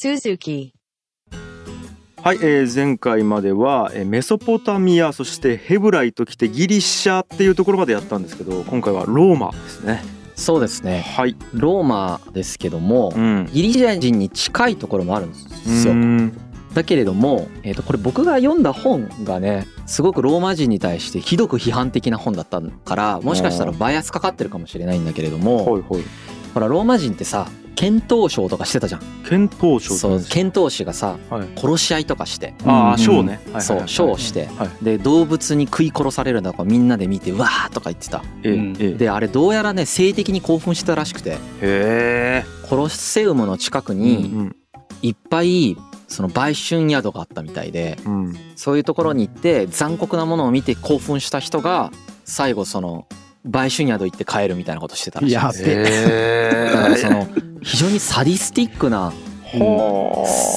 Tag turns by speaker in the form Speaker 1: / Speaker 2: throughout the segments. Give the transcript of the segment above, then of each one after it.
Speaker 1: Suzuki,
Speaker 2: はい、えー前回まではえーメソポタミアそしてヘブライときてギリシャっていうところまでやったんですけど今回はローマですね
Speaker 3: そうですね
Speaker 2: はい
Speaker 3: ローマですけども、
Speaker 2: うん
Speaker 3: ギリシャ人に近いところもあるんですよ
Speaker 2: うーん
Speaker 3: だけれども、えー、とこれ僕が読んだ本がねすごくローマ人に対してひどく批判的な本だったからもしかしたらバイアスかかってるかもしれないんだけれども
Speaker 2: はいはい
Speaker 3: ほらローマ人ってさ剣闘賞とかしてたじゃん
Speaker 2: 遣唐使
Speaker 3: そう剣闘士がさ
Speaker 2: はい
Speaker 3: 殺し合いとかして
Speaker 2: ああ
Speaker 3: うん
Speaker 2: 賞ねはいはいはい
Speaker 3: そう賞をして
Speaker 2: はい
Speaker 3: で動物に食い殺されるのをみんなで見てうわーとか言ってた
Speaker 2: ええ
Speaker 4: うん
Speaker 2: ええ
Speaker 3: であれどうやらね性的に興奮してたらしくて
Speaker 2: へえ
Speaker 3: コロッセウムの近く
Speaker 2: う
Speaker 3: に
Speaker 2: ん
Speaker 3: いっぱいその売春宿があったみたいで
Speaker 2: うん
Speaker 3: そういうところに行って残酷なものを見て興奮した人が最後その売春宿行って帰るみたいなことしてたらしい
Speaker 4: や
Speaker 3: です
Speaker 4: べえ
Speaker 2: へ
Speaker 3: だからその非常にサディスティックな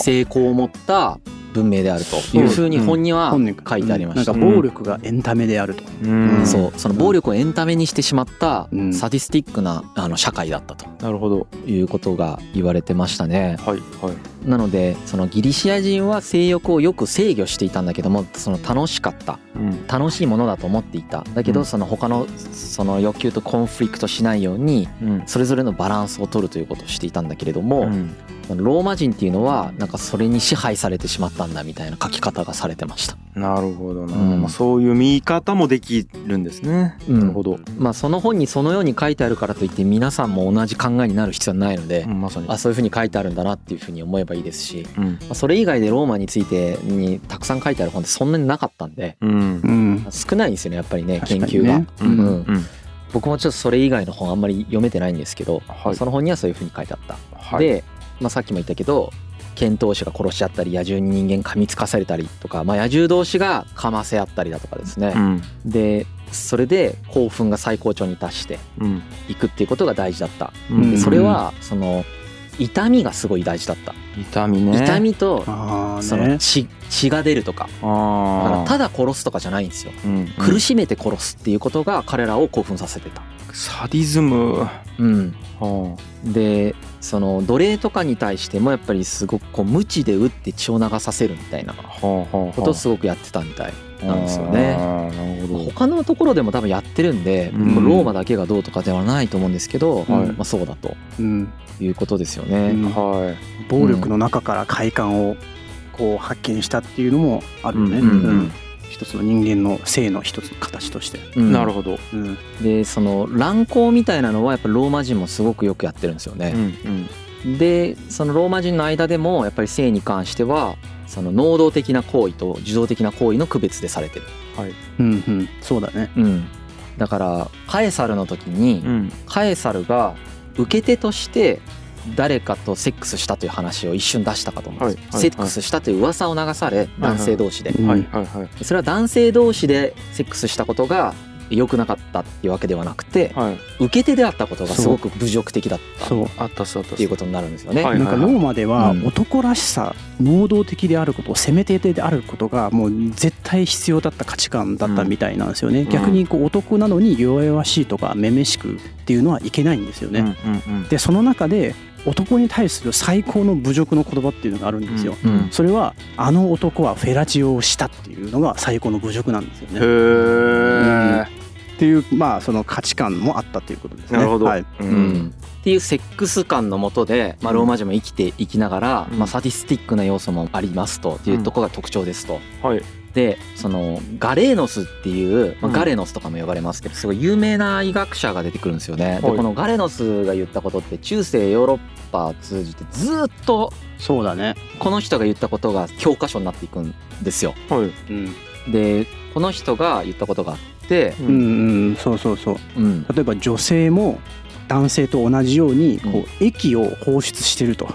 Speaker 3: 成功を持った文明であるというふうに本には
Speaker 4: 本人
Speaker 3: 書いてありました
Speaker 4: なんか暴力がエンタメであると。
Speaker 2: うん
Speaker 4: ん
Speaker 3: そうその暴力をエンタメにしてしまった
Speaker 4: うん
Speaker 3: サディスティックなあの社会だったと
Speaker 2: なるほど
Speaker 3: いうことが言われてましたね。
Speaker 2: はいはい
Speaker 3: なのでそのギリシア人は性欲をよく制御していたんだけどもその楽しかった
Speaker 2: うん
Speaker 3: 楽しいものだと思っていただけ
Speaker 2: う
Speaker 3: ど
Speaker 2: ん
Speaker 3: その他のその欲求とコンフリクトしないように
Speaker 2: うん
Speaker 3: それぞれのバランスを取るということをしていたんだけれども、
Speaker 2: うん
Speaker 3: ローマ人っていうのはなんかそれに支配されてしまったんだみたいな書き方がされてました。
Speaker 2: なるほどな
Speaker 3: うん
Speaker 2: まあそういう見方もできるんですね
Speaker 3: うん
Speaker 2: なるほど
Speaker 3: まあその本にそのように書いてあるからといって皆さんも同じ考えになる必要はないので、
Speaker 2: うんまさに
Speaker 3: あそういうふうに書いてあるんだなっていうふうに思えばいいですし、
Speaker 2: うん
Speaker 3: まあ、それ以外でローマについてにたくさん書いてある本ってそんなになかったんで
Speaker 2: うん
Speaker 4: うん。
Speaker 3: 少ないんですよねやっぱりね研
Speaker 4: 確かに
Speaker 3: 究が、
Speaker 4: ね
Speaker 2: う
Speaker 4: うんん
Speaker 2: う
Speaker 3: うんん僕もちょっとそれ以外の本あんまり読めてないんですけど、
Speaker 2: はい
Speaker 3: その本にはそういうふうに書いてあった、
Speaker 2: はい
Speaker 3: で、まあ、さっきも言ったけど剣闘士が殺し合ったり野獣に人間噛みつかされたりとか、まあ、野獣同士が噛ませ合ったりだとかですね
Speaker 2: う、ん
Speaker 3: でそれで興奮が最高潮に達して
Speaker 2: うん
Speaker 3: いくっていうことが大事だった
Speaker 2: う
Speaker 4: うん
Speaker 3: でそれはその痛みがすごい大事だった、
Speaker 2: 痛みね
Speaker 3: 痛みと
Speaker 4: ああ
Speaker 3: その
Speaker 4: ね。
Speaker 3: 血血が出るとかだか
Speaker 2: あ
Speaker 3: ら
Speaker 2: あ
Speaker 3: ただ殺すとかじゃないんですよ
Speaker 2: うん
Speaker 3: 苦しめて殺すっていうことが彼らを興奮させてた、
Speaker 2: サディズムは
Speaker 3: うん、
Speaker 2: あ
Speaker 3: でその奴隷とかに対してもやっぱりすごくこう無知で打って血を流させるみたいな
Speaker 2: はあはあはあ
Speaker 3: ことをすごくやってたみたいなんですよね
Speaker 2: ああなるほど
Speaker 3: 他のところでも多分やってるんで、
Speaker 2: うん
Speaker 3: これローマだけがどうとかではないと思うんですけど、
Speaker 4: はい
Speaker 3: まあ、そうだと
Speaker 4: うん。
Speaker 3: いうことですよね、
Speaker 4: うん
Speaker 2: はい
Speaker 4: 暴力の中から快感をこう発見したっていうのもあるよね。
Speaker 2: うんうん
Speaker 4: うん一つの人間の性の一つの形として。
Speaker 3: うん
Speaker 2: なるほど
Speaker 4: うん。
Speaker 3: でその乱交みたいなのはやっぱローマ人もすごくよくやってるんですよ
Speaker 2: う
Speaker 3: ね、
Speaker 2: んうん
Speaker 3: でそのローマ人の間でもやっぱり性に関してはその能動的な行為と受動的な行為の区別でされてる、
Speaker 4: うんうん。そうだね。
Speaker 3: だからカエサルの時に、
Speaker 2: うん
Speaker 3: カエサルが受け手として誰かとセックスしたという話を一瞬出したかと思うんです、
Speaker 2: はいはい
Speaker 3: セックスしたという噂を流され男性同士で、
Speaker 2: は
Speaker 4: はいい
Speaker 2: はいはい
Speaker 3: それは男性同士でセックスしたことが良くなかったっていうわけではなくて、
Speaker 2: はい
Speaker 3: 受け手であったことがすごく侮辱的だったっ
Speaker 4: そう。
Speaker 2: あったっすあったって
Speaker 3: いうことになるんですよね。
Speaker 2: はい
Speaker 4: なんかローマでは
Speaker 3: うん
Speaker 4: 男らしさ、能動的であること責め手であることがもう絶対必要だった価値観だったみたいなんですよね、
Speaker 2: ん
Speaker 4: 逆にこう男なのに弱々しいとかめめしくっていうのはいけないんですよね、
Speaker 2: うんうんうん
Speaker 4: でその中で男に対する最高の侮辱の言葉っていうのがあるんですよ、
Speaker 3: うん
Speaker 4: それはあの男はフェラチオをしたっていうのが最高の侮辱なんですよね
Speaker 2: へえ
Speaker 4: っていうまあその価値観もあったということですね
Speaker 2: なるほど
Speaker 4: はい、
Speaker 2: う
Speaker 3: うんっていうセックス観のもとで、まあ、ローマ人も生きていきながら、
Speaker 2: うん
Speaker 3: まあ、サディスティックな要素もありますとっていうところが特徴ですと。
Speaker 2: はい
Speaker 3: でそのガレーノスっていう、ま
Speaker 2: うん
Speaker 3: あ、ガレノスとかも呼ばれますけどすごい有名な医学者が出てくるんですよね。
Speaker 2: は
Speaker 3: で
Speaker 2: い
Speaker 3: このガレノスが言ったことって中世ヨーロッパを通じてずーっと
Speaker 4: そうだね、
Speaker 3: この人が言ったことが教科書になっていくんですよ。
Speaker 2: はい
Speaker 4: うん、
Speaker 3: でこの人が言ったことがあって、
Speaker 2: う
Speaker 4: うんうんそうそうそう
Speaker 3: うん、
Speaker 4: 例えば女性も男性と同じように
Speaker 3: うん
Speaker 4: こう液を放出してると、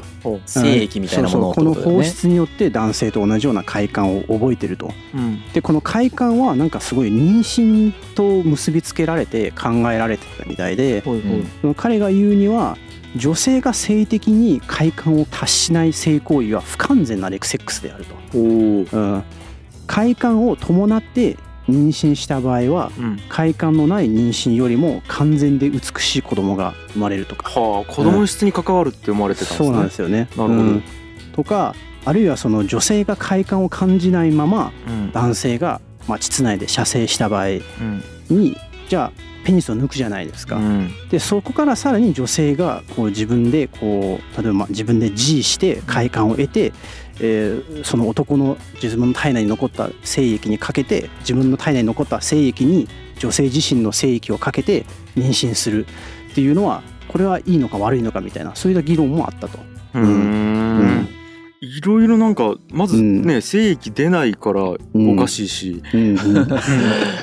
Speaker 3: 精液みたいなものを
Speaker 4: そうそう
Speaker 3: って
Speaker 4: こ
Speaker 3: こと
Speaker 4: の
Speaker 3: だよ
Speaker 4: 放
Speaker 3: ね
Speaker 4: 出によって男性と同じような快感を覚えてると
Speaker 2: うん
Speaker 4: でこの快感はなんかすごい妊娠と結びつけられて考えられてたみたいで
Speaker 2: はいはい
Speaker 4: その彼が言うには女性が性的に快感を達しない性行為は不完全なレクセックスである
Speaker 2: おお
Speaker 4: と、うん、快感を伴って妊娠した場合は
Speaker 2: うん
Speaker 4: 快感のない妊娠よりも完全で美しい子供が生まれるとか
Speaker 2: はあ子供の質に関わるって思われてたんですね
Speaker 4: そうなんですよね。
Speaker 2: なるほど
Speaker 4: うんとかあるいはその女性が快感を感じないまま
Speaker 2: うん
Speaker 4: 男性がまあ膣内で射精した場合
Speaker 2: うん
Speaker 4: にじゃあペニスを抜くじゃないですか。
Speaker 2: うん
Speaker 4: でそこからさらに女性がこう自分でこう例えばまあ自分で G して快感を得て、えーその男の自分の体内に残った精液にかけて自分の体内に残った精液に女性自身の精液をかけて妊娠するっていうのはこれはいいのか悪いのかみたいなそういった議論もあったと。
Speaker 2: う
Speaker 4: うん
Speaker 2: んいろいろなんかまずね精液出ないからお
Speaker 4: うん
Speaker 2: かしいし
Speaker 4: うんうん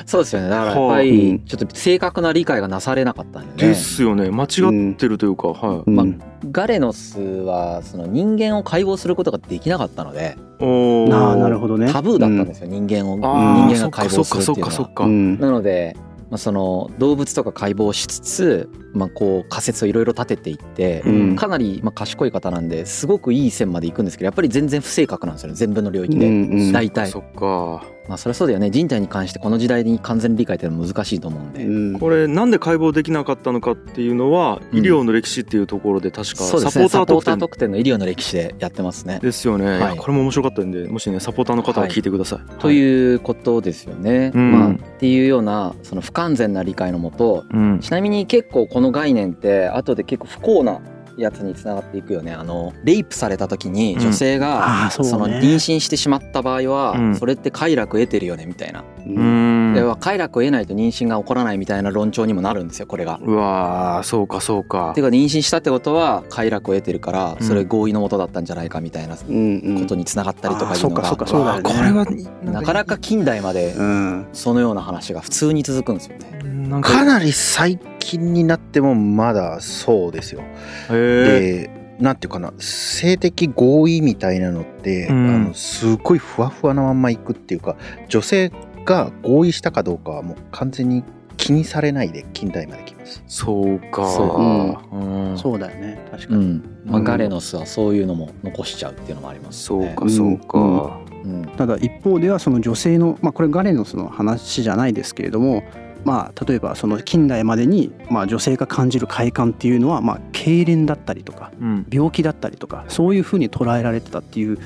Speaker 3: そうですよねだからやっぱ
Speaker 4: は
Speaker 3: り
Speaker 4: い
Speaker 3: ちょっと正確な理解がなされなかったんよね。
Speaker 2: ですよね間違ってるというかは
Speaker 4: うん
Speaker 3: まあガレノスはその人間を解剖することができなかったので
Speaker 2: いおー
Speaker 4: ああなるほどね。
Speaker 3: タブーだったんですよ、人間を人
Speaker 2: あー
Speaker 3: 間
Speaker 2: そ
Speaker 3: が
Speaker 2: っ
Speaker 3: 解
Speaker 2: か
Speaker 3: 剖
Speaker 2: そっ
Speaker 3: する
Speaker 2: か
Speaker 3: って
Speaker 2: そっ
Speaker 3: いうの
Speaker 2: か
Speaker 3: は
Speaker 2: そっか
Speaker 4: うん
Speaker 3: なので、まあ、その動物とか解剖しつつ、まあ、こう仮説をいろいろ立てていって、
Speaker 4: うん
Speaker 3: かなりまあ賢い方なんですごくいい線まで行くんですけどやっぱり全然不正確なんですよね全部の領域で、
Speaker 4: うんうん
Speaker 3: 大体
Speaker 2: そっか
Speaker 3: まあそれはそうだよね人体に関してこの時代に完全に理解っていうのは難しいと思うんで、
Speaker 4: うん
Speaker 2: これなんで解剖できなかったのかっていうのは
Speaker 3: うん
Speaker 2: 医療の歴史っていうところで確か
Speaker 3: そうで
Speaker 2: サ
Speaker 3: す
Speaker 2: ポー
Speaker 3: ね
Speaker 2: ター
Speaker 3: サポー
Speaker 2: 特
Speaker 3: ター
Speaker 2: 典
Speaker 3: 特典の医療の歴史でやってますね。
Speaker 2: ですよね、
Speaker 3: い
Speaker 2: いやこれも面白かったんでもしねサポーターの方は聞いてください、はい、
Speaker 3: ということですよね、
Speaker 2: うん
Speaker 3: まあ、っていうようなその不完全な理解のもと
Speaker 2: うん
Speaker 3: ちなみに結構この概念って後で結構不幸なやつにつながっていくよねあのレイプされた時に女性が、
Speaker 4: ああそうね。
Speaker 3: その妊娠してしまった場合は、
Speaker 2: うん
Speaker 3: それって快楽得てるよねみたいな、
Speaker 2: う
Speaker 4: うん
Speaker 2: ん
Speaker 3: では快楽を得ないと妊娠が起こらないみたいな論調にもなるんですよこれが。
Speaker 2: うわーそうかそうか
Speaker 3: ていうか妊娠したってことは快楽を得てるから
Speaker 2: うん
Speaker 3: それ合意のもとだったんじゃないかみたいなこ
Speaker 4: うんうん
Speaker 3: とにつながったりとか
Speaker 4: あ
Speaker 3: い
Speaker 4: そうう
Speaker 3: の
Speaker 4: か
Speaker 3: が
Speaker 4: そうかそうだよね。
Speaker 2: これは
Speaker 3: なかなか近代まで
Speaker 4: うん
Speaker 3: そのような話が普通に続くんですよね。
Speaker 2: なん
Speaker 1: かなり最近になってもまだそうですよ。
Speaker 2: へー
Speaker 1: でなんていうかな性的合意みたいなのって、
Speaker 2: うん
Speaker 1: あのすごいふわふわなまんまいくっていうか女性が合意したかどうかはもう完全に気にされないで近代まで来ます。
Speaker 2: そうか
Speaker 4: そ
Speaker 2: うん
Speaker 4: そうだよね確か
Speaker 3: う
Speaker 4: に。
Speaker 3: んまあ、ガレノスはそういうのも残しちゃうっていうのもあります、
Speaker 2: そう
Speaker 3: ね。
Speaker 2: かそうか
Speaker 3: うん
Speaker 4: ただ一方ではその女性の、まあ、これガレノスの話じゃないですけれども、まあ、例えばその近代までに、まあ、女性が感じる快感っていうのは、まあ、痙攣だったりとか
Speaker 2: うん
Speaker 4: 病気だったりとかそういうふうに捉えられてたっていう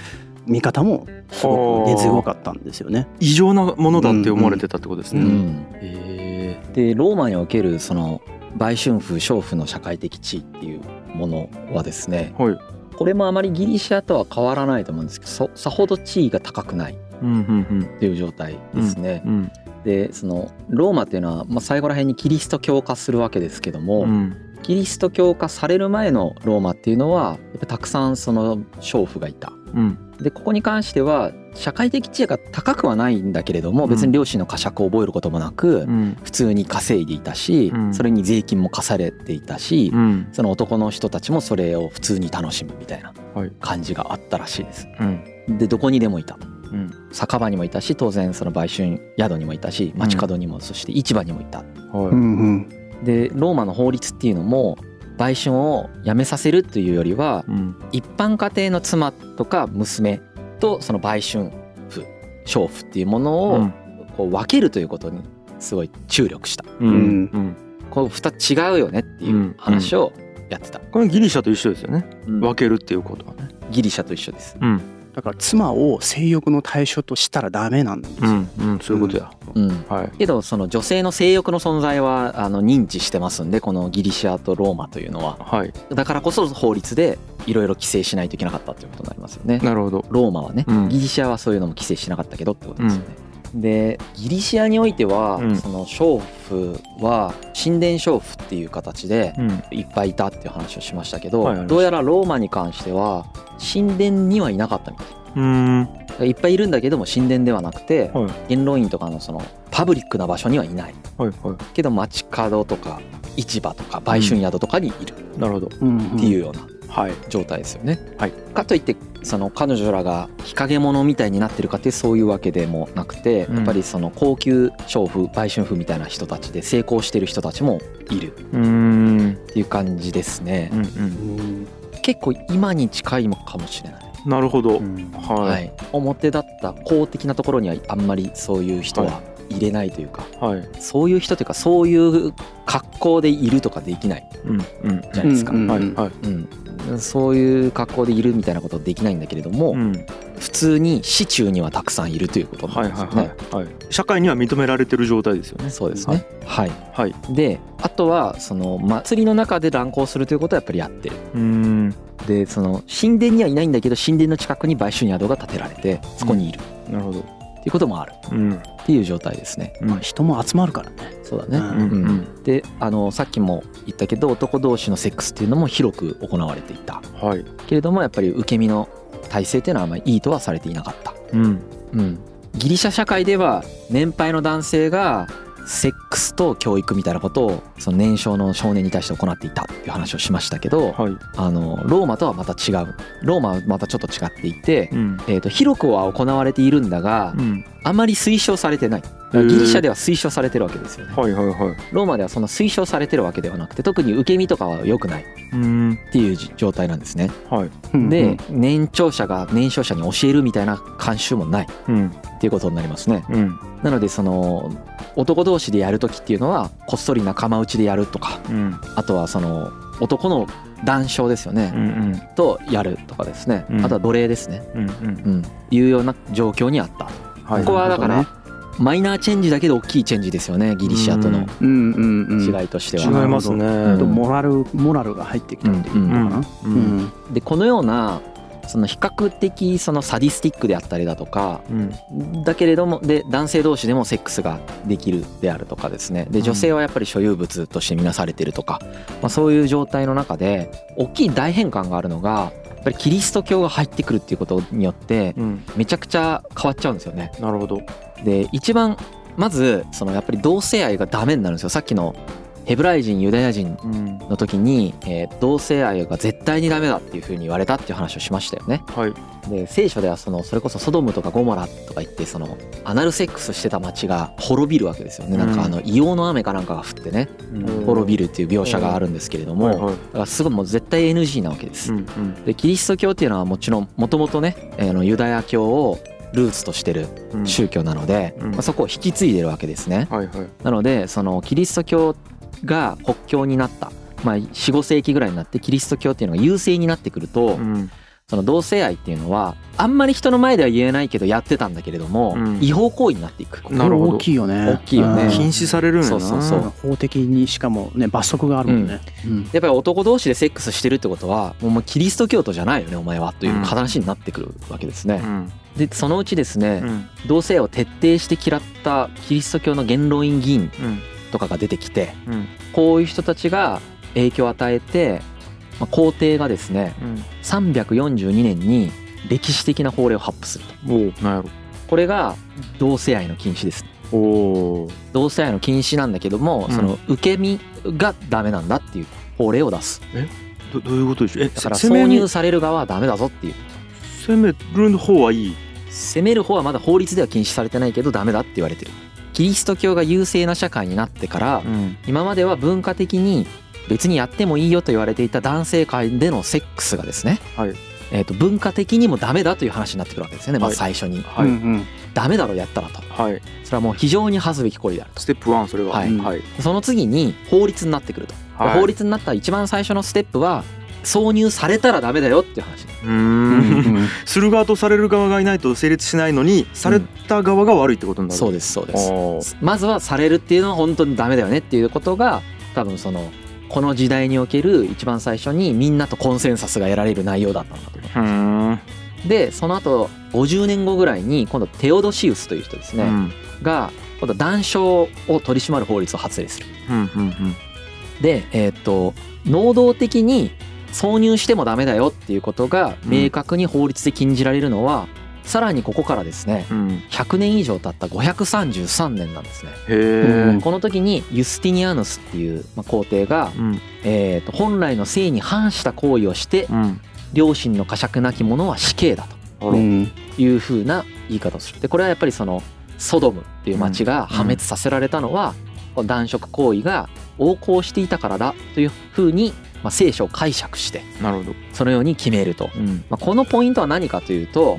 Speaker 4: 見方もすごく根強かったんですよね。
Speaker 2: 異常なものだって思われてたってことです
Speaker 3: う
Speaker 2: ね、
Speaker 3: ん、
Speaker 2: へ
Speaker 3: でローマにおけるその売春婦娼婦の社会的地位っていうものはですね
Speaker 2: ーはい
Speaker 3: これもあまりギリシアとは変わらないと思うんですけどそさほど地位が高くない
Speaker 2: うんうん
Speaker 3: っていう状態ですね
Speaker 2: う。ん
Speaker 3: でそのローマっていうのは、まあ、最後ら辺にキリスト教化するわけですけど
Speaker 2: う
Speaker 3: も、
Speaker 2: んうん
Speaker 3: キリスト教化される前のローマっていうのはやっぱたくさんその娼婦がいた。
Speaker 2: うん
Speaker 3: でここに関しては社会的地位が高くはないんだけれども別に両親の呵責を覚えることもなく、
Speaker 2: うん
Speaker 3: 普通に稼いでいたし、
Speaker 2: うん
Speaker 3: それに税金も課されていたし、
Speaker 2: うん
Speaker 3: その男の人たちもそれを普通に楽しむみたいな
Speaker 2: はい
Speaker 3: 感じがあったらしいです。
Speaker 2: うん
Speaker 3: でどこにでもいた
Speaker 2: うん
Speaker 3: 酒場にもいたし当然その売春宿にもいたし街角にも、そして市場にもいた。
Speaker 2: は
Speaker 4: うんうん
Speaker 3: でローマの法律っていうのも売春をやめさせるというよりはい
Speaker 2: うん
Speaker 3: 一般家庭の妻とか娘とその売春婦娼婦っていうもの
Speaker 2: う
Speaker 3: を
Speaker 2: ん
Speaker 3: こう分けるということにすごい注力した。
Speaker 2: うんうん
Speaker 3: こう二つ違うよねっていう話をやってた、
Speaker 2: これギリシャと一緒ですよね
Speaker 3: わ
Speaker 2: 分けるっていうことはね
Speaker 3: ギリシャと一緒です、
Speaker 2: うん
Speaker 4: だから妻を性欲の対象としたらダメなんですよ。
Speaker 2: うんうんそういうことや
Speaker 3: うん、
Speaker 2: はい
Speaker 3: けどその女性の性欲の存在はあの認知してますんでこのギリシアとローマというのは
Speaker 2: はい
Speaker 3: だからこそ法律でいろいろ規制しないといけなかったということになりますよね
Speaker 2: なるほど
Speaker 3: ローマはね、
Speaker 2: うん
Speaker 3: ギリシアはそういうのも規制しなかったけどってことですよね、でギリシアにおいては、
Speaker 2: うん
Speaker 3: その娼婦は神殿娼婦っていう形で、
Speaker 2: うん
Speaker 3: いっぱいいたっていう話をしましたけど、
Speaker 2: はいありました
Speaker 3: どうやらローマに関しては神殿にはいなかったみたい
Speaker 2: うん
Speaker 3: いっぱいいるんだけども神殿ではなくて
Speaker 2: はい
Speaker 3: 元老院とかのそのパブリックな場所にはいない
Speaker 2: はいは
Speaker 3: けど街角とか市場とか売春宿とかにいる
Speaker 2: いなるほど
Speaker 4: うんうん
Speaker 3: っていうような
Speaker 2: はい
Speaker 3: 状態ですよね。
Speaker 2: はい
Speaker 3: かといってその彼女らが日陰者みたいになってるかってそういうわけでもなくて
Speaker 2: うん
Speaker 3: やっぱりその高級娼婦売春婦みたいな人たちで成功してる人たちもいる
Speaker 2: うーん
Speaker 3: っていう感じですね
Speaker 2: うんう。ん
Speaker 4: うん
Speaker 3: 結構今に近いのかもしれない。
Speaker 2: なるほど
Speaker 1: うん
Speaker 3: は
Speaker 2: はい
Speaker 3: い、表立った公的なところにはあんまりそういう人は入れないというか、
Speaker 2: はい
Speaker 3: そういう人というかそういう格好でいるとかできない
Speaker 2: うんうん
Speaker 3: じゃないですか。
Speaker 4: うん
Speaker 2: はいはい
Speaker 3: うんそういう格好でいるみたいなことはできないんだけれども、
Speaker 2: うん
Speaker 3: 普通に市中にはたくさんいるということな
Speaker 2: は
Speaker 3: ん
Speaker 2: い
Speaker 3: で
Speaker 2: は
Speaker 3: すよね。
Speaker 2: いはい、はい、社会には認められてる状態ですよね
Speaker 3: そうですね、はい
Speaker 2: はい
Speaker 3: であとはその祭りの中で乱行するということはやっぱりやってる
Speaker 2: うん
Speaker 3: でその神殿にはいないんだけど神殿の近くに売春宿が建てられてそこにいるっ
Speaker 2: なるほど
Speaker 3: ていうこともある
Speaker 2: うん
Speaker 3: っていう状態ですね、
Speaker 2: うん
Speaker 4: まあ、人も集まるからね。
Speaker 3: そうだ
Speaker 4: う
Speaker 3: ね、
Speaker 2: うん
Speaker 4: ん
Speaker 2: うん
Speaker 3: であのさっきも言ったけど男同士のセックスっていうのも広く行われていた
Speaker 2: はい
Speaker 3: けれどもやっぱり受け身の体制っていうのはあまりいいとはされていなかった、
Speaker 2: うん
Speaker 3: うん、ギリシャ社会では年配の男性がセックスと教育みたいなことをその年少の少年に対して行っていたっていう話をしましたけど
Speaker 2: はい
Speaker 3: あのローマとはまた違うローマはまたちょっと違っていて、
Speaker 2: うん
Speaker 3: えー、と広くは行われているんだが
Speaker 2: うん
Speaker 3: あまり推奨されてないギリシャでは推奨されてるわけですよね
Speaker 2: はいはいはい
Speaker 3: ローマではそんな推奨されてるわけではなくて特に受け身とかは良くないっ
Speaker 2: うん
Speaker 3: ていうじ状態なんですね
Speaker 2: はい
Speaker 3: で年長者が年少者に教えるみたいな慣習もない
Speaker 2: うん
Speaker 3: っていうことになりますね
Speaker 2: うん
Speaker 3: なのでその男同士でやる時っていうのはこっそり仲間内でやるとか
Speaker 2: うん
Speaker 3: あとはその男の談笑ですよ
Speaker 2: う
Speaker 3: ね、
Speaker 2: ん
Speaker 3: とやるとかですね、
Speaker 2: うん
Speaker 3: あとは奴隷ですね
Speaker 2: うんうん
Speaker 3: うんいうような状況にあった
Speaker 2: は
Speaker 3: ここはだから、マイナーチェンジだけど大きいチェンジですよねギリシアとの
Speaker 4: うんうんうん。
Speaker 3: 違いとしては。
Speaker 2: 違いますね
Speaker 3: う
Speaker 4: と
Speaker 3: ん
Speaker 4: モラルモラルが入ってきたっていうのかな。
Speaker 2: う
Speaker 4: うんん
Speaker 3: でこのようなその比較的そのサディスティックであったりだとか
Speaker 2: うん
Speaker 3: だけれどもで男性同士でもセックスができるであるとかですねで女性はやっぱり所有物として見なされてるとか、まあ、そういう状態の中で大きい大変換があるのがやっぱりキリスト教が入ってくるっていうことによって
Speaker 2: うん
Speaker 3: めちゃくちゃ変わっちゃうんですよね。
Speaker 2: なるほど
Speaker 3: で一番まずそのやっぱり同性愛がダメになるんですよさっきのヘブライ人ユダヤ人
Speaker 2: うん
Speaker 3: の時に、えー同性愛が絶対にダメだっていうふうに言われたっていう話をしましたよね。
Speaker 2: はい
Speaker 3: で聖書ではそのそれこそソドムとかゴモラとか言ってそのアナルセックスしてた町が滅びるわけですよね、なんかあの硫黄の雨かなんかが降ってね
Speaker 2: うん
Speaker 3: 滅びるっていう描写があるんですけれども、
Speaker 2: はい
Speaker 3: だ
Speaker 2: はい
Speaker 3: からすごいもう絶対 NG なわけです。
Speaker 2: うんうん
Speaker 3: でキリスト教っていうのはもちろんもともとねあのユダヤ教をルーツとしてる
Speaker 2: うん
Speaker 3: 宗教なので、
Speaker 2: うん
Speaker 3: まあ、そこを引き継いでるわけですね。
Speaker 2: はいはい
Speaker 3: なのでそのキリスト教が国教になった、まあ、45世紀ぐらいになってキリスト教っていうのが優勢になってくると、
Speaker 2: うん
Speaker 3: その同性愛っていうのはあんまり人の前では言えないけどやってたんだけれども、
Speaker 2: うん
Speaker 3: 違法行為になっていく。
Speaker 2: なるほど
Speaker 4: 大きいよね。
Speaker 3: 大きいよね
Speaker 4: うん
Speaker 2: 禁止されるんやな
Speaker 3: そうそうそう
Speaker 4: 法的にしかもね罰則があるもんね。うん
Speaker 3: やっぱり男同士でセックスしてるってことはもうもうキリスト教徒じゃないよねお前はという話になってくるわけですね。
Speaker 2: ん
Speaker 3: でそのうちですね、
Speaker 2: うん
Speaker 3: 同性愛を徹底して嫌ったキリスト教の元老院議員
Speaker 2: うん
Speaker 3: とかが出てきて
Speaker 2: うん
Speaker 3: こういう人たちが影響を与えて、まあ、皇帝がですね342年に歴史的な法令を発布すると
Speaker 2: うんおおなんや
Speaker 3: これが同性愛の禁止です
Speaker 2: ろおお
Speaker 3: 同性愛の禁止なんだけども、
Speaker 2: うん
Speaker 3: その受け身がダメなんだっていう法令を出す
Speaker 2: どどういうことでしょうえ
Speaker 3: だから
Speaker 2: 攻め
Speaker 3: 挿
Speaker 2: に
Speaker 3: 入される側はダメだぞっていう
Speaker 2: 攻める方はいい
Speaker 3: 攻める方はまだ法律では禁止されてないけどダメだって言われてるキリスト教が優勢な社会になってから、
Speaker 2: ん
Speaker 3: 今までは文化的に別にやってもいいよと言われていた男性界でのセックスがですね、
Speaker 2: はい
Speaker 3: えー、と文化的にもダメだという話になってくるわけですよね、まず最初に、
Speaker 2: はい
Speaker 4: うん
Speaker 3: ダメだろやったらと
Speaker 2: はい
Speaker 3: それはもう非常に恥ずべき行為である
Speaker 2: ステップワンそれが
Speaker 3: はい
Speaker 2: はい
Speaker 3: とその次に法律になってくると、
Speaker 2: はい
Speaker 3: 法律になった一番最初のステップは挿入されたらダメだよっていう話
Speaker 2: う
Speaker 4: うん
Speaker 2: ーんする側とされる側がいないと成立しないのにされた側が悪いってことになる
Speaker 3: そうですそうで
Speaker 2: あ
Speaker 3: す
Speaker 2: ー
Speaker 3: まずはされるっていうのは本当にダメだよねっていうことが多分そのこの時代における一番最初にみんなとコンセンサスが得られる内容だったんだと思
Speaker 2: うーん
Speaker 3: うでその後50年後ぐらいに今度テオドシウスという人です
Speaker 2: う
Speaker 3: ね、
Speaker 2: ん
Speaker 3: が今度談笑を取り締まる法律を発令する
Speaker 2: うんうん
Speaker 3: でえーっと能動的に挿入してもダメだよっていうことが明確に法律で禁じられるのは、さらにここからですね
Speaker 2: うんうん
Speaker 3: 100年以上経った533年なんですね
Speaker 2: へえ
Speaker 3: この時にユスティニアヌスっていうまあ皇帝が、
Speaker 2: うん
Speaker 3: えーと本来の性に反した行為をして
Speaker 2: うん
Speaker 3: 良心の呵責なき者は死刑だ
Speaker 2: あら
Speaker 4: うん
Speaker 3: というふうな言い方をするでこれはやっぱりそのソドムっていう町が破滅させられたのは、この男色行為が横行していたからだというふうにまあ、聖書を解釈して
Speaker 2: なるほど。
Speaker 3: そのように決めると、
Speaker 2: うん。
Speaker 3: まあ、このポイントは何かというと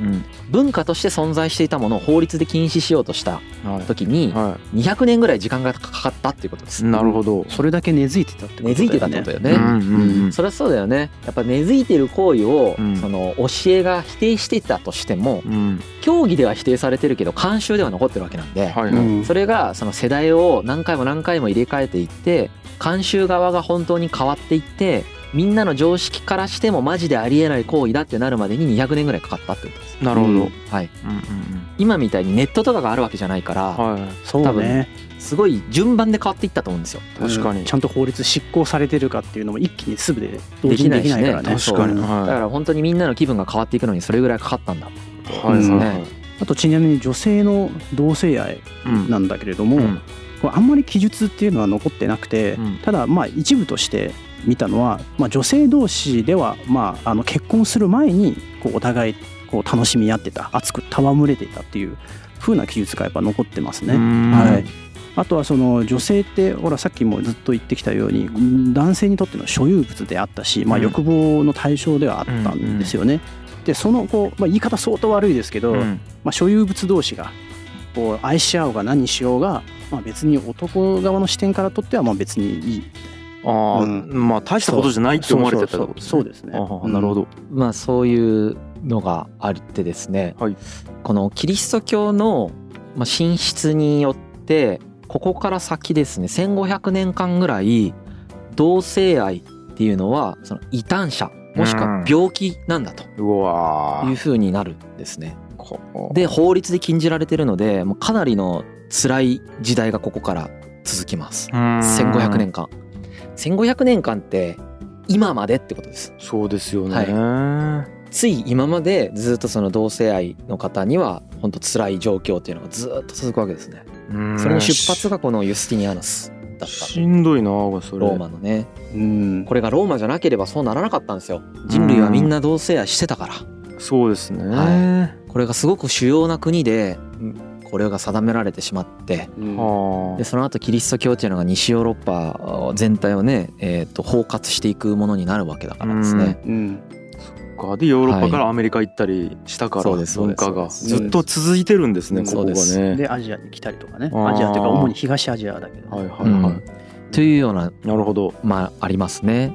Speaker 3: 文化として存在していたものを法律で禁止しようとした
Speaker 2: は
Speaker 3: 時に
Speaker 2: い。は
Speaker 3: 200年ぐらい時間がかかったっていうことです
Speaker 2: い。。なるほど。
Speaker 4: それだけ根付いてたってことだよね
Speaker 3: 根付いてたってことだよね。
Speaker 2: うんうんうん。
Speaker 3: それはそうだよねやっぱ根付いてる行為を、
Speaker 2: うん
Speaker 3: その教えが否定していたとしても
Speaker 2: うん。
Speaker 3: 教義では否定されてるけど慣習では残ってるわけなんで、
Speaker 2: はいは
Speaker 4: う
Speaker 2: い。
Speaker 4: ん
Speaker 3: それがその世代を何回も何回も入れ替えていって慣習側が本当に変わっていってみんなの常識からしてもマジでありえない行為だってなるまでに200年ぐらいかかったってことです。
Speaker 2: なるほど。
Speaker 4: うん
Speaker 2: うんうん
Speaker 3: はい、
Speaker 2: うん。
Speaker 3: 今みたいにネットとかがあるわけじゃないから、
Speaker 2: は
Speaker 4: そうね
Speaker 3: すごい順番で変わっていったと思うんですよ。
Speaker 2: い。確か
Speaker 4: うん
Speaker 2: に
Speaker 4: ち。ゃんと法律執行されてるかっていうのも一気にすぐで同時にできないからね
Speaker 3: できないしね確か
Speaker 4: うん
Speaker 3: だか
Speaker 2: は
Speaker 3: ら本当にみんなの気分が変わっていくのにそれぐらいかかったんだ。
Speaker 2: い。はいはいはい。
Speaker 4: あとちなみに女性の同性愛
Speaker 2: うん
Speaker 4: なんだけれども、
Speaker 2: うん
Speaker 4: これあんまり記述っていうのは残ってなくて、
Speaker 2: うん
Speaker 4: ただまあ一部として見たのは、まあ、女性同士では、まあ、あの結婚する前にこうお互いこう楽しみ合ってた熱く戯れていたっていう風な記述がやっぱ残ってますね。
Speaker 2: うん
Speaker 4: はい、あとはその女性ってほらさっきもずっと言ってきたように男性にとっての所有物であったし、まあ、
Speaker 2: うん
Speaker 4: 欲望の対象ではあったんですよね。でそのこう、まあ、言い方相当悪いですけど、
Speaker 2: うん
Speaker 4: まあ、所有物同士がこう愛し合おうが何しようが、まあ、別に男側の視点からとってはまあ別にいい
Speaker 2: ああ、
Speaker 4: うん
Speaker 2: まあ大したことじゃないって思われてたって
Speaker 4: そう
Speaker 2: こと
Speaker 4: そうそうそうですね
Speaker 2: あー
Speaker 4: うん
Speaker 2: なるほど。
Speaker 3: まあそういうのがあってですね、
Speaker 2: はい
Speaker 3: このキリスト教のまあ進出によってここから先ですね1500年間ぐらい同性愛っていうのはその異端者もしくは病気なんだと
Speaker 2: うわ
Speaker 3: いう
Speaker 2: ー
Speaker 3: ふうになるんですね。
Speaker 2: こ
Speaker 3: で法律で禁じられてるのでもうかなりの辛い時代がここから続きます。
Speaker 2: うーん
Speaker 3: 1500年間1500年間って今までってことです。
Speaker 2: そうですよね、
Speaker 3: は
Speaker 2: は
Speaker 3: つい今までずっとその同性愛の方には本当辛い状況っていうのがずっと続くわけですね。それの出発がこのユスティニアヌスだった
Speaker 2: しんどいなそれ
Speaker 3: ローマのね
Speaker 4: うん
Speaker 3: これがローマじゃなければそうならなかったんですよ人類はみんな同性愛してたから
Speaker 2: そうですね、
Speaker 3: はこれがすごく主要な国でこれが定められてしまって
Speaker 2: は
Speaker 3: でその後キリスト教っていうのが西ヨーロッパ全体をね、えー、と包括していくものになるわけだからですね。
Speaker 4: うん
Speaker 2: あでヨーロッパからアメリカ行ったりしたから、
Speaker 3: そうです
Speaker 2: 文化
Speaker 3: そう
Speaker 2: が
Speaker 3: です
Speaker 4: そうです
Speaker 2: ずっと続いてるんですね、
Speaker 4: うん
Speaker 2: ここが
Speaker 3: そう
Speaker 2: ね
Speaker 4: でアジアに来たりとかね
Speaker 2: あー
Speaker 4: アジアというか主に東アジアだけどね、
Speaker 2: はいはいはい、
Speaker 3: うんというような
Speaker 2: なるほど
Speaker 3: まあ、ありますね。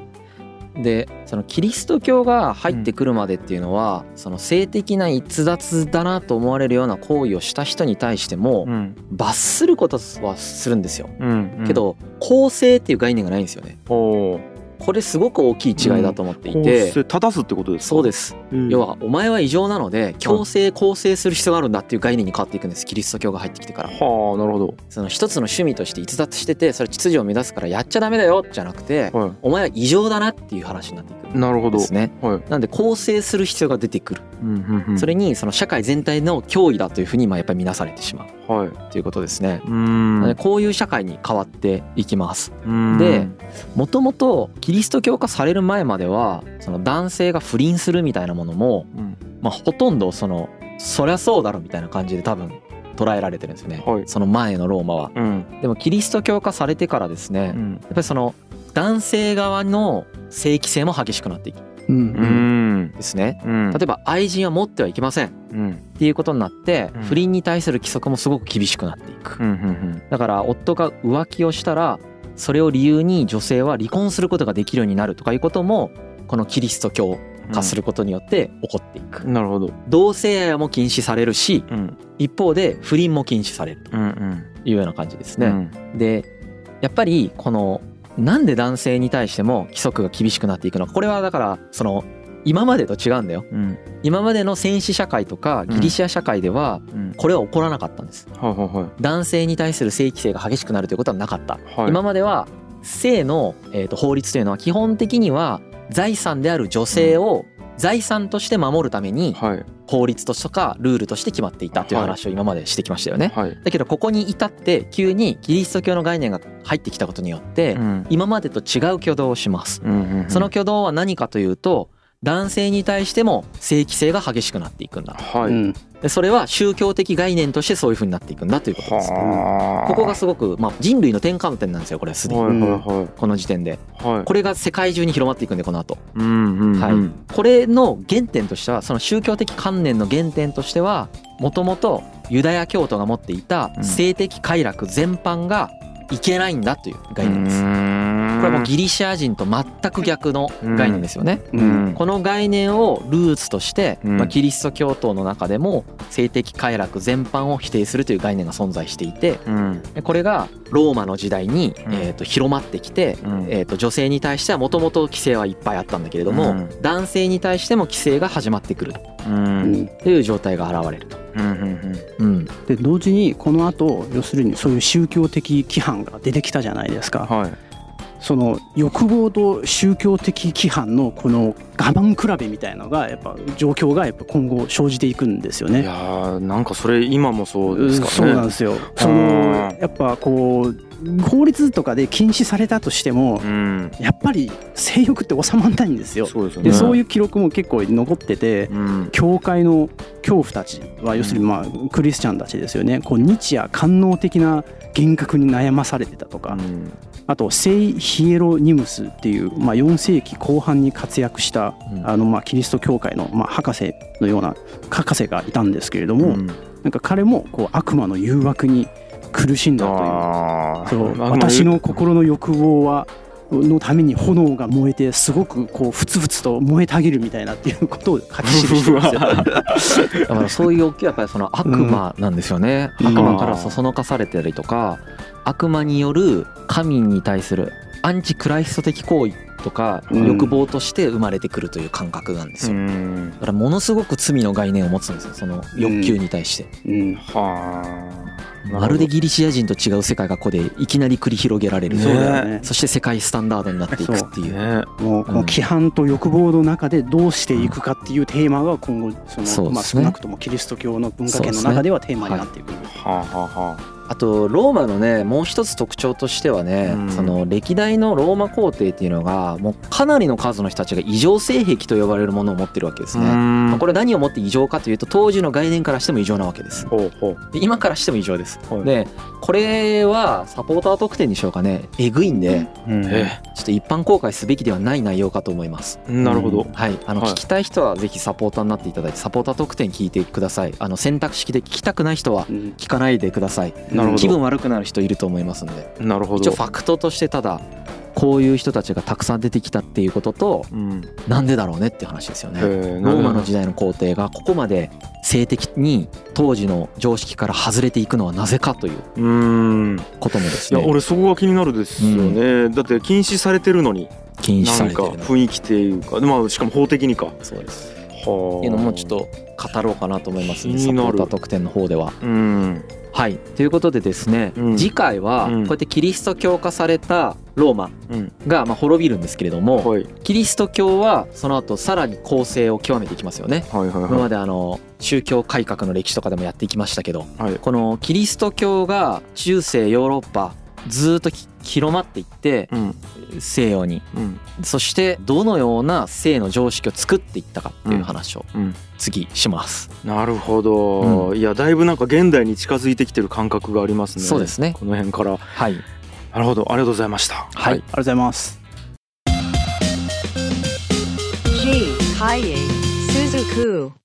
Speaker 3: でそのキリスト教が入ってくるまでっていうのは、その性的な逸脱だなと思われるような行為をした人に対しても
Speaker 2: うん
Speaker 3: 罰することはするんですよ。
Speaker 2: うんうん
Speaker 3: けど公正っていう概念がないんですよね。
Speaker 2: おー
Speaker 3: これすごく大きい違いだと思ってい
Speaker 2: 公
Speaker 3: て、
Speaker 2: 正正すってことですか
Speaker 3: そうです。
Speaker 4: うん
Speaker 3: 要はお前は異常なので強制公正する必要があるんだっていう概念に変わっていくんです。キリスト教が入ってきてから。
Speaker 2: はあなるほど
Speaker 3: その一つの趣味として逸脱しててそれ秩序を目指すからやっちゃダメだよじゃなくて、
Speaker 2: は
Speaker 3: お前は異常だなっていう話になっていく。
Speaker 2: いなるほど
Speaker 3: ですね。
Speaker 2: はい、
Speaker 3: なんで構成する必要が出てくる、
Speaker 2: うんうんうん、
Speaker 3: それにその社会全体の脅威だというふうにまあやっぱり見なされてしまう
Speaker 2: はい
Speaker 3: ということですね。
Speaker 2: うーん
Speaker 3: なんでこういう社会に変わっていきます。
Speaker 2: うーん
Speaker 3: でもともとキリスト教化される前まではその男性が不倫するみたいなものも、
Speaker 2: うん
Speaker 3: まあ、ほとんどそのそりゃそうだろみたいな感じで多分捉えられてるんですよね、
Speaker 2: はい
Speaker 3: その前のローマは。
Speaker 2: うん
Speaker 3: でもキリスト教化されてからですね、
Speaker 2: う
Speaker 3: やっ
Speaker 2: ん
Speaker 3: ぱりその男性側の正規性も激しくなっていくん
Speaker 4: うん
Speaker 2: うん
Speaker 3: ですね。
Speaker 2: うん
Speaker 3: 例えば愛人は持ってはいけません
Speaker 2: うん
Speaker 3: っていうことになって、
Speaker 2: うん
Speaker 3: 不倫に対する規則もすごく厳しくなっていく、
Speaker 2: うんうん
Speaker 3: だから夫が浮気をしたらそれを理由に女性は離婚することができるようになるとかいうこともこのキリスト教
Speaker 2: うん
Speaker 3: 化することによって起こっていく、
Speaker 2: なるほど
Speaker 3: 同性愛も禁止されるし
Speaker 2: うん
Speaker 3: 一方で不倫も禁止されると
Speaker 2: うんうん
Speaker 3: いうような感じです
Speaker 2: う
Speaker 3: ね、
Speaker 2: ん
Speaker 3: でやっぱりこのなんで男性に対しても規則が厳しくなっていくのかこれはだからその今までと違うんだよ
Speaker 2: うん
Speaker 3: 今までの戦死社会とかギリシア社会では
Speaker 2: うん
Speaker 3: これは起こらなかったんです
Speaker 2: はいは
Speaker 3: 男性に対する性規制が激しくなるということはなかった、
Speaker 2: いはいはい
Speaker 3: 今までは性の、えーと法律というのは基本的には財産である女性を財産として守るために
Speaker 2: はい
Speaker 3: 法律とかルールとして決まっていたという話を今までしてきましたよね、
Speaker 2: はい
Speaker 3: だけどここに至って急にキリスト教の概念が入ってきたことによって
Speaker 2: うん
Speaker 3: 今までと違う挙動をします
Speaker 2: うんうんうん
Speaker 3: その挙動は何かというと男性に対しても性規制が激しくなっていくんだ
Speaker 2: はい、
Speaker 4: うん
Speaker 3: でそれは宗教的概念としてそういうふうになっていくんだということです
Speaker 2: はあ
Speaker 3: ここがすごく、まあ、人類の転換点なんですよこれはすでに
Speaker 2: はいはい
Speaker 3: この時点で
Speaker 2: はいはい
Speaker 3: これが世界中に広まっていくんでこの後
Speaker 2: うんうんうん
Speaker 3: はいこれの原点としてはその宗教的観念の原点としてはもともとユダヤ教徒が持っていた
Speaker 2: うん
Speaker 3: 性的快楽全般がいけないんだという概念です。こ
Speaker 2: こ
Speaker 3: れはもうギリシア人と全く逆の概念ですよね。
Speaker 2: うん
Speaker 3: この概念をルーツとして、
Speaker 2: うん
Speaker 3: まあ、キリスト教徒の中でも性的快楽全般を否定するという概念が存在していて
Speaker 2: うん
Speaker 3: でこれがローマの時代に、
Speaker 2: うん
Speaker 3: えー、と広まってきて、
Speaker 2: うん
Speaker 3: えー、と女性に対してはもともと規制はいっぱいあったんだけれども、
Speaker 2: うん
Speaker 3: 男性に対しても規制が始まってくる
Speaker 2: うん
Speaker 4: うん
Speaker 3: という状態が現れると。
Speaker 2: うんうん
Speaker 3: うん
Speaker 4: で同時にこの後要するにそういう宗教的規範が出てきたじゃないですか
Speaker 2: はい
Speaker 4: その欲望と宗教的規範のこの我慢比べみたいのがやっぱ状況がやっぱ今後生じていくんですよ
Speaker 2: い
Speaker 4: ね
Speaker 2: や。ーなんかそれ今もそうですかね
Speaker 4: そうなんですよそのやっぱこう法律とかで禁止されたとしても
Speaker 2: うん
Speaker 4: やっぱり性欲って収まらないんですよ。
Speaker 2: そうですよね
Speaker 4: でそういうう記録も結構残ってて
Speaker 2: うん
Speaker 4: 教会の教父たちは要するにまあクリスチャンたちですよねこう日夜官能的な幻覚に悩まされてたとか
Speaker 2: うん
Speaker 4: あと聖ヒエロニムスっていうまあ4世紀後半に活躍した
Speaker 3: うん
Speaker 4: あのまあキリスト教会のまあ博士のような博士がいたんですけれど
Speaker 2: う
Speaker 4: も
Speaker 2: ん
Speaker 4: なんか彼もこう悪魔の誘惑に苦しんだという
Speaker 2: あー
Speaker 4: そう
Speaker 2: あ
Speaker 4: 私の心の欲望はのために炎が燃えてすごくこうふつふつと燃えたぎるみたいなっていうことを書き記してますよ。
Speaker 3: だからそういう欲求はやっぱりその悪魔なんですよね、
Speaker 4: うん
Speaker 3: 悪魔からそそのかされたりとか悪魔による神に対するアンチクライスト的行為とか
Speaker 4: うん
Speaker 3: 欲望として生まれてくるという感覚なんです
Speaker 2: う
Speaker 3: よ、
Speaker 2: ん
Speaker 3: だからものすごく罪の概念を持つんですよその欲求に対して、
Speaker 4: うん
Speaker 2: はあ
Speaker 3: まるでギリシア人と違う世界がここでいきなり繰り広げられる、
Speaker 2: ね
Speaker 4: そうだよね。
Speaker 3: そして世界スタンダードになっていくっていう
Speaker 2: ね
Speaker 4: もうこの規範と欲望の中でどうしていくかっていうテーマが今後その
Speaker 3: そうですね
Speaker 4: まあ少なくともキリスト教の文化圏の中ではテーマになっていく。
Speaker 2: はあはあは
Speaker 3: あとローマのねもう一つ特徴としてはね、
Speaker 2: うん
Speaker 3: その歴代のローマ皇帝っていうのがもうかなりの数の人たちが異常性癖と呼ばれるものを持ってるわけです
Speaker 2: あ
Speaker 3: ね。まあ
Speaker 2: ね
Speaker 3: これ何をもって異常かというと当時の概念からしても異常なわけです。
Speaker 2: ほうほう
Speaker 3: で今からしても異常です。
Speaker 2: はい
Speaker 3: でこれはサポーター特典にしようかねえぐいんで
Speaker 1: うん
Speaker 2: え
Speaker 3: ちょっと一般公開すべきではない内容かと思います。
Speaker 2: えなるほど
Speaker 3: はい、あの
Speaker 2: はい
Speaker 3: 聞きたい人はぜひサポーターになっていただいてサポーター特典聞いてください。あの選択式で聞きたくない人は
Speaker 4: うん
Speaker 3: 聞かないでください。
Speaker 2: なるほど
Speaker 3: 気分悪くなる人いると思いますので。
Speaker 2: なるほ
Speaker 3: 一応
Speaker 2: ど
Speaker 3: ファクトとしてただこういう人たちがたくさん出てきたっていうことと
Speaker 2: うん
Speaker 3: なんでだろうねって話ですよね。
Speaker 2: ええ
Speaker 3: ロ
Speaker 2: なる
Speaker 3: ー
Speaker 2: ほど
Speaker 3: マの時代の皇帝がここまで性的に当時の常識から外れていくのはなぜかという
Speaker 2: うん
Speaker 3: こともです
Speaker 2: いや
Speaker 3: ね
Speaker 2: 俺そこが気になるですよねだって禁止されてるのに
Speaker 3: 禁止
Speaker 2: な
Speaker 3: さ
Speaker 2: ん
Speaker 3: れて
Speaker 2: か
Speaker 3: るの
Speaker 2: 雰囲気っていうかでまあしかも法的にかは
Speaker 3: そうですっ
Speaker 2: あ
Speaker 3: ていうのもちょっと語ろうかなと思いますね
Speaker 2: 気
Speaker 3: サポ
Speaker 2: になる
Speaker 3: ーター特典の方では。
Speaker 2: うん
Speaker 3: はいということでですね、
Speaker 2: うん
Speaker 3: 次回はこ
Speaker 2: うん
Speaker 3: うやってキリスト教化されたローマ
Speaker 2: うん
Speaker 3: がまあ滅びるんですけれども、
Speaker 2: はい
Speaker 3: キリスト教はその後さらに構成を極めていきますよね。
Speaker 2: はいはい
Speaker 3: 今
Speaker 2: は
Speaker 3: まであの宗教改革の歴史とかでもやってきましたけど
Speaker 2: いはい
Speaker 3: このキリスト教が中世ヨーロッパずーっとき広まっていって
Speaker 2: うん
Speaker 3: 西洋に
Speaker 2: うん
Speaker 3: そしてどのような性の常識を作っていったかっていう話を
Speaker 2: うん
Speaker 3: 次します、
Speaker 2: なるほど、いやだいぶなんか現代に近づいてきてる感覚がありますね
Speaker 3: そうですね
Speaker 2: この辺から
Speaker 3: はい
Speaker 2: なるほどありがとうございました
Speaker 3: はい
Speaker 4: ありがとうございます。
Speaker 5: G. Kaye Suzuku.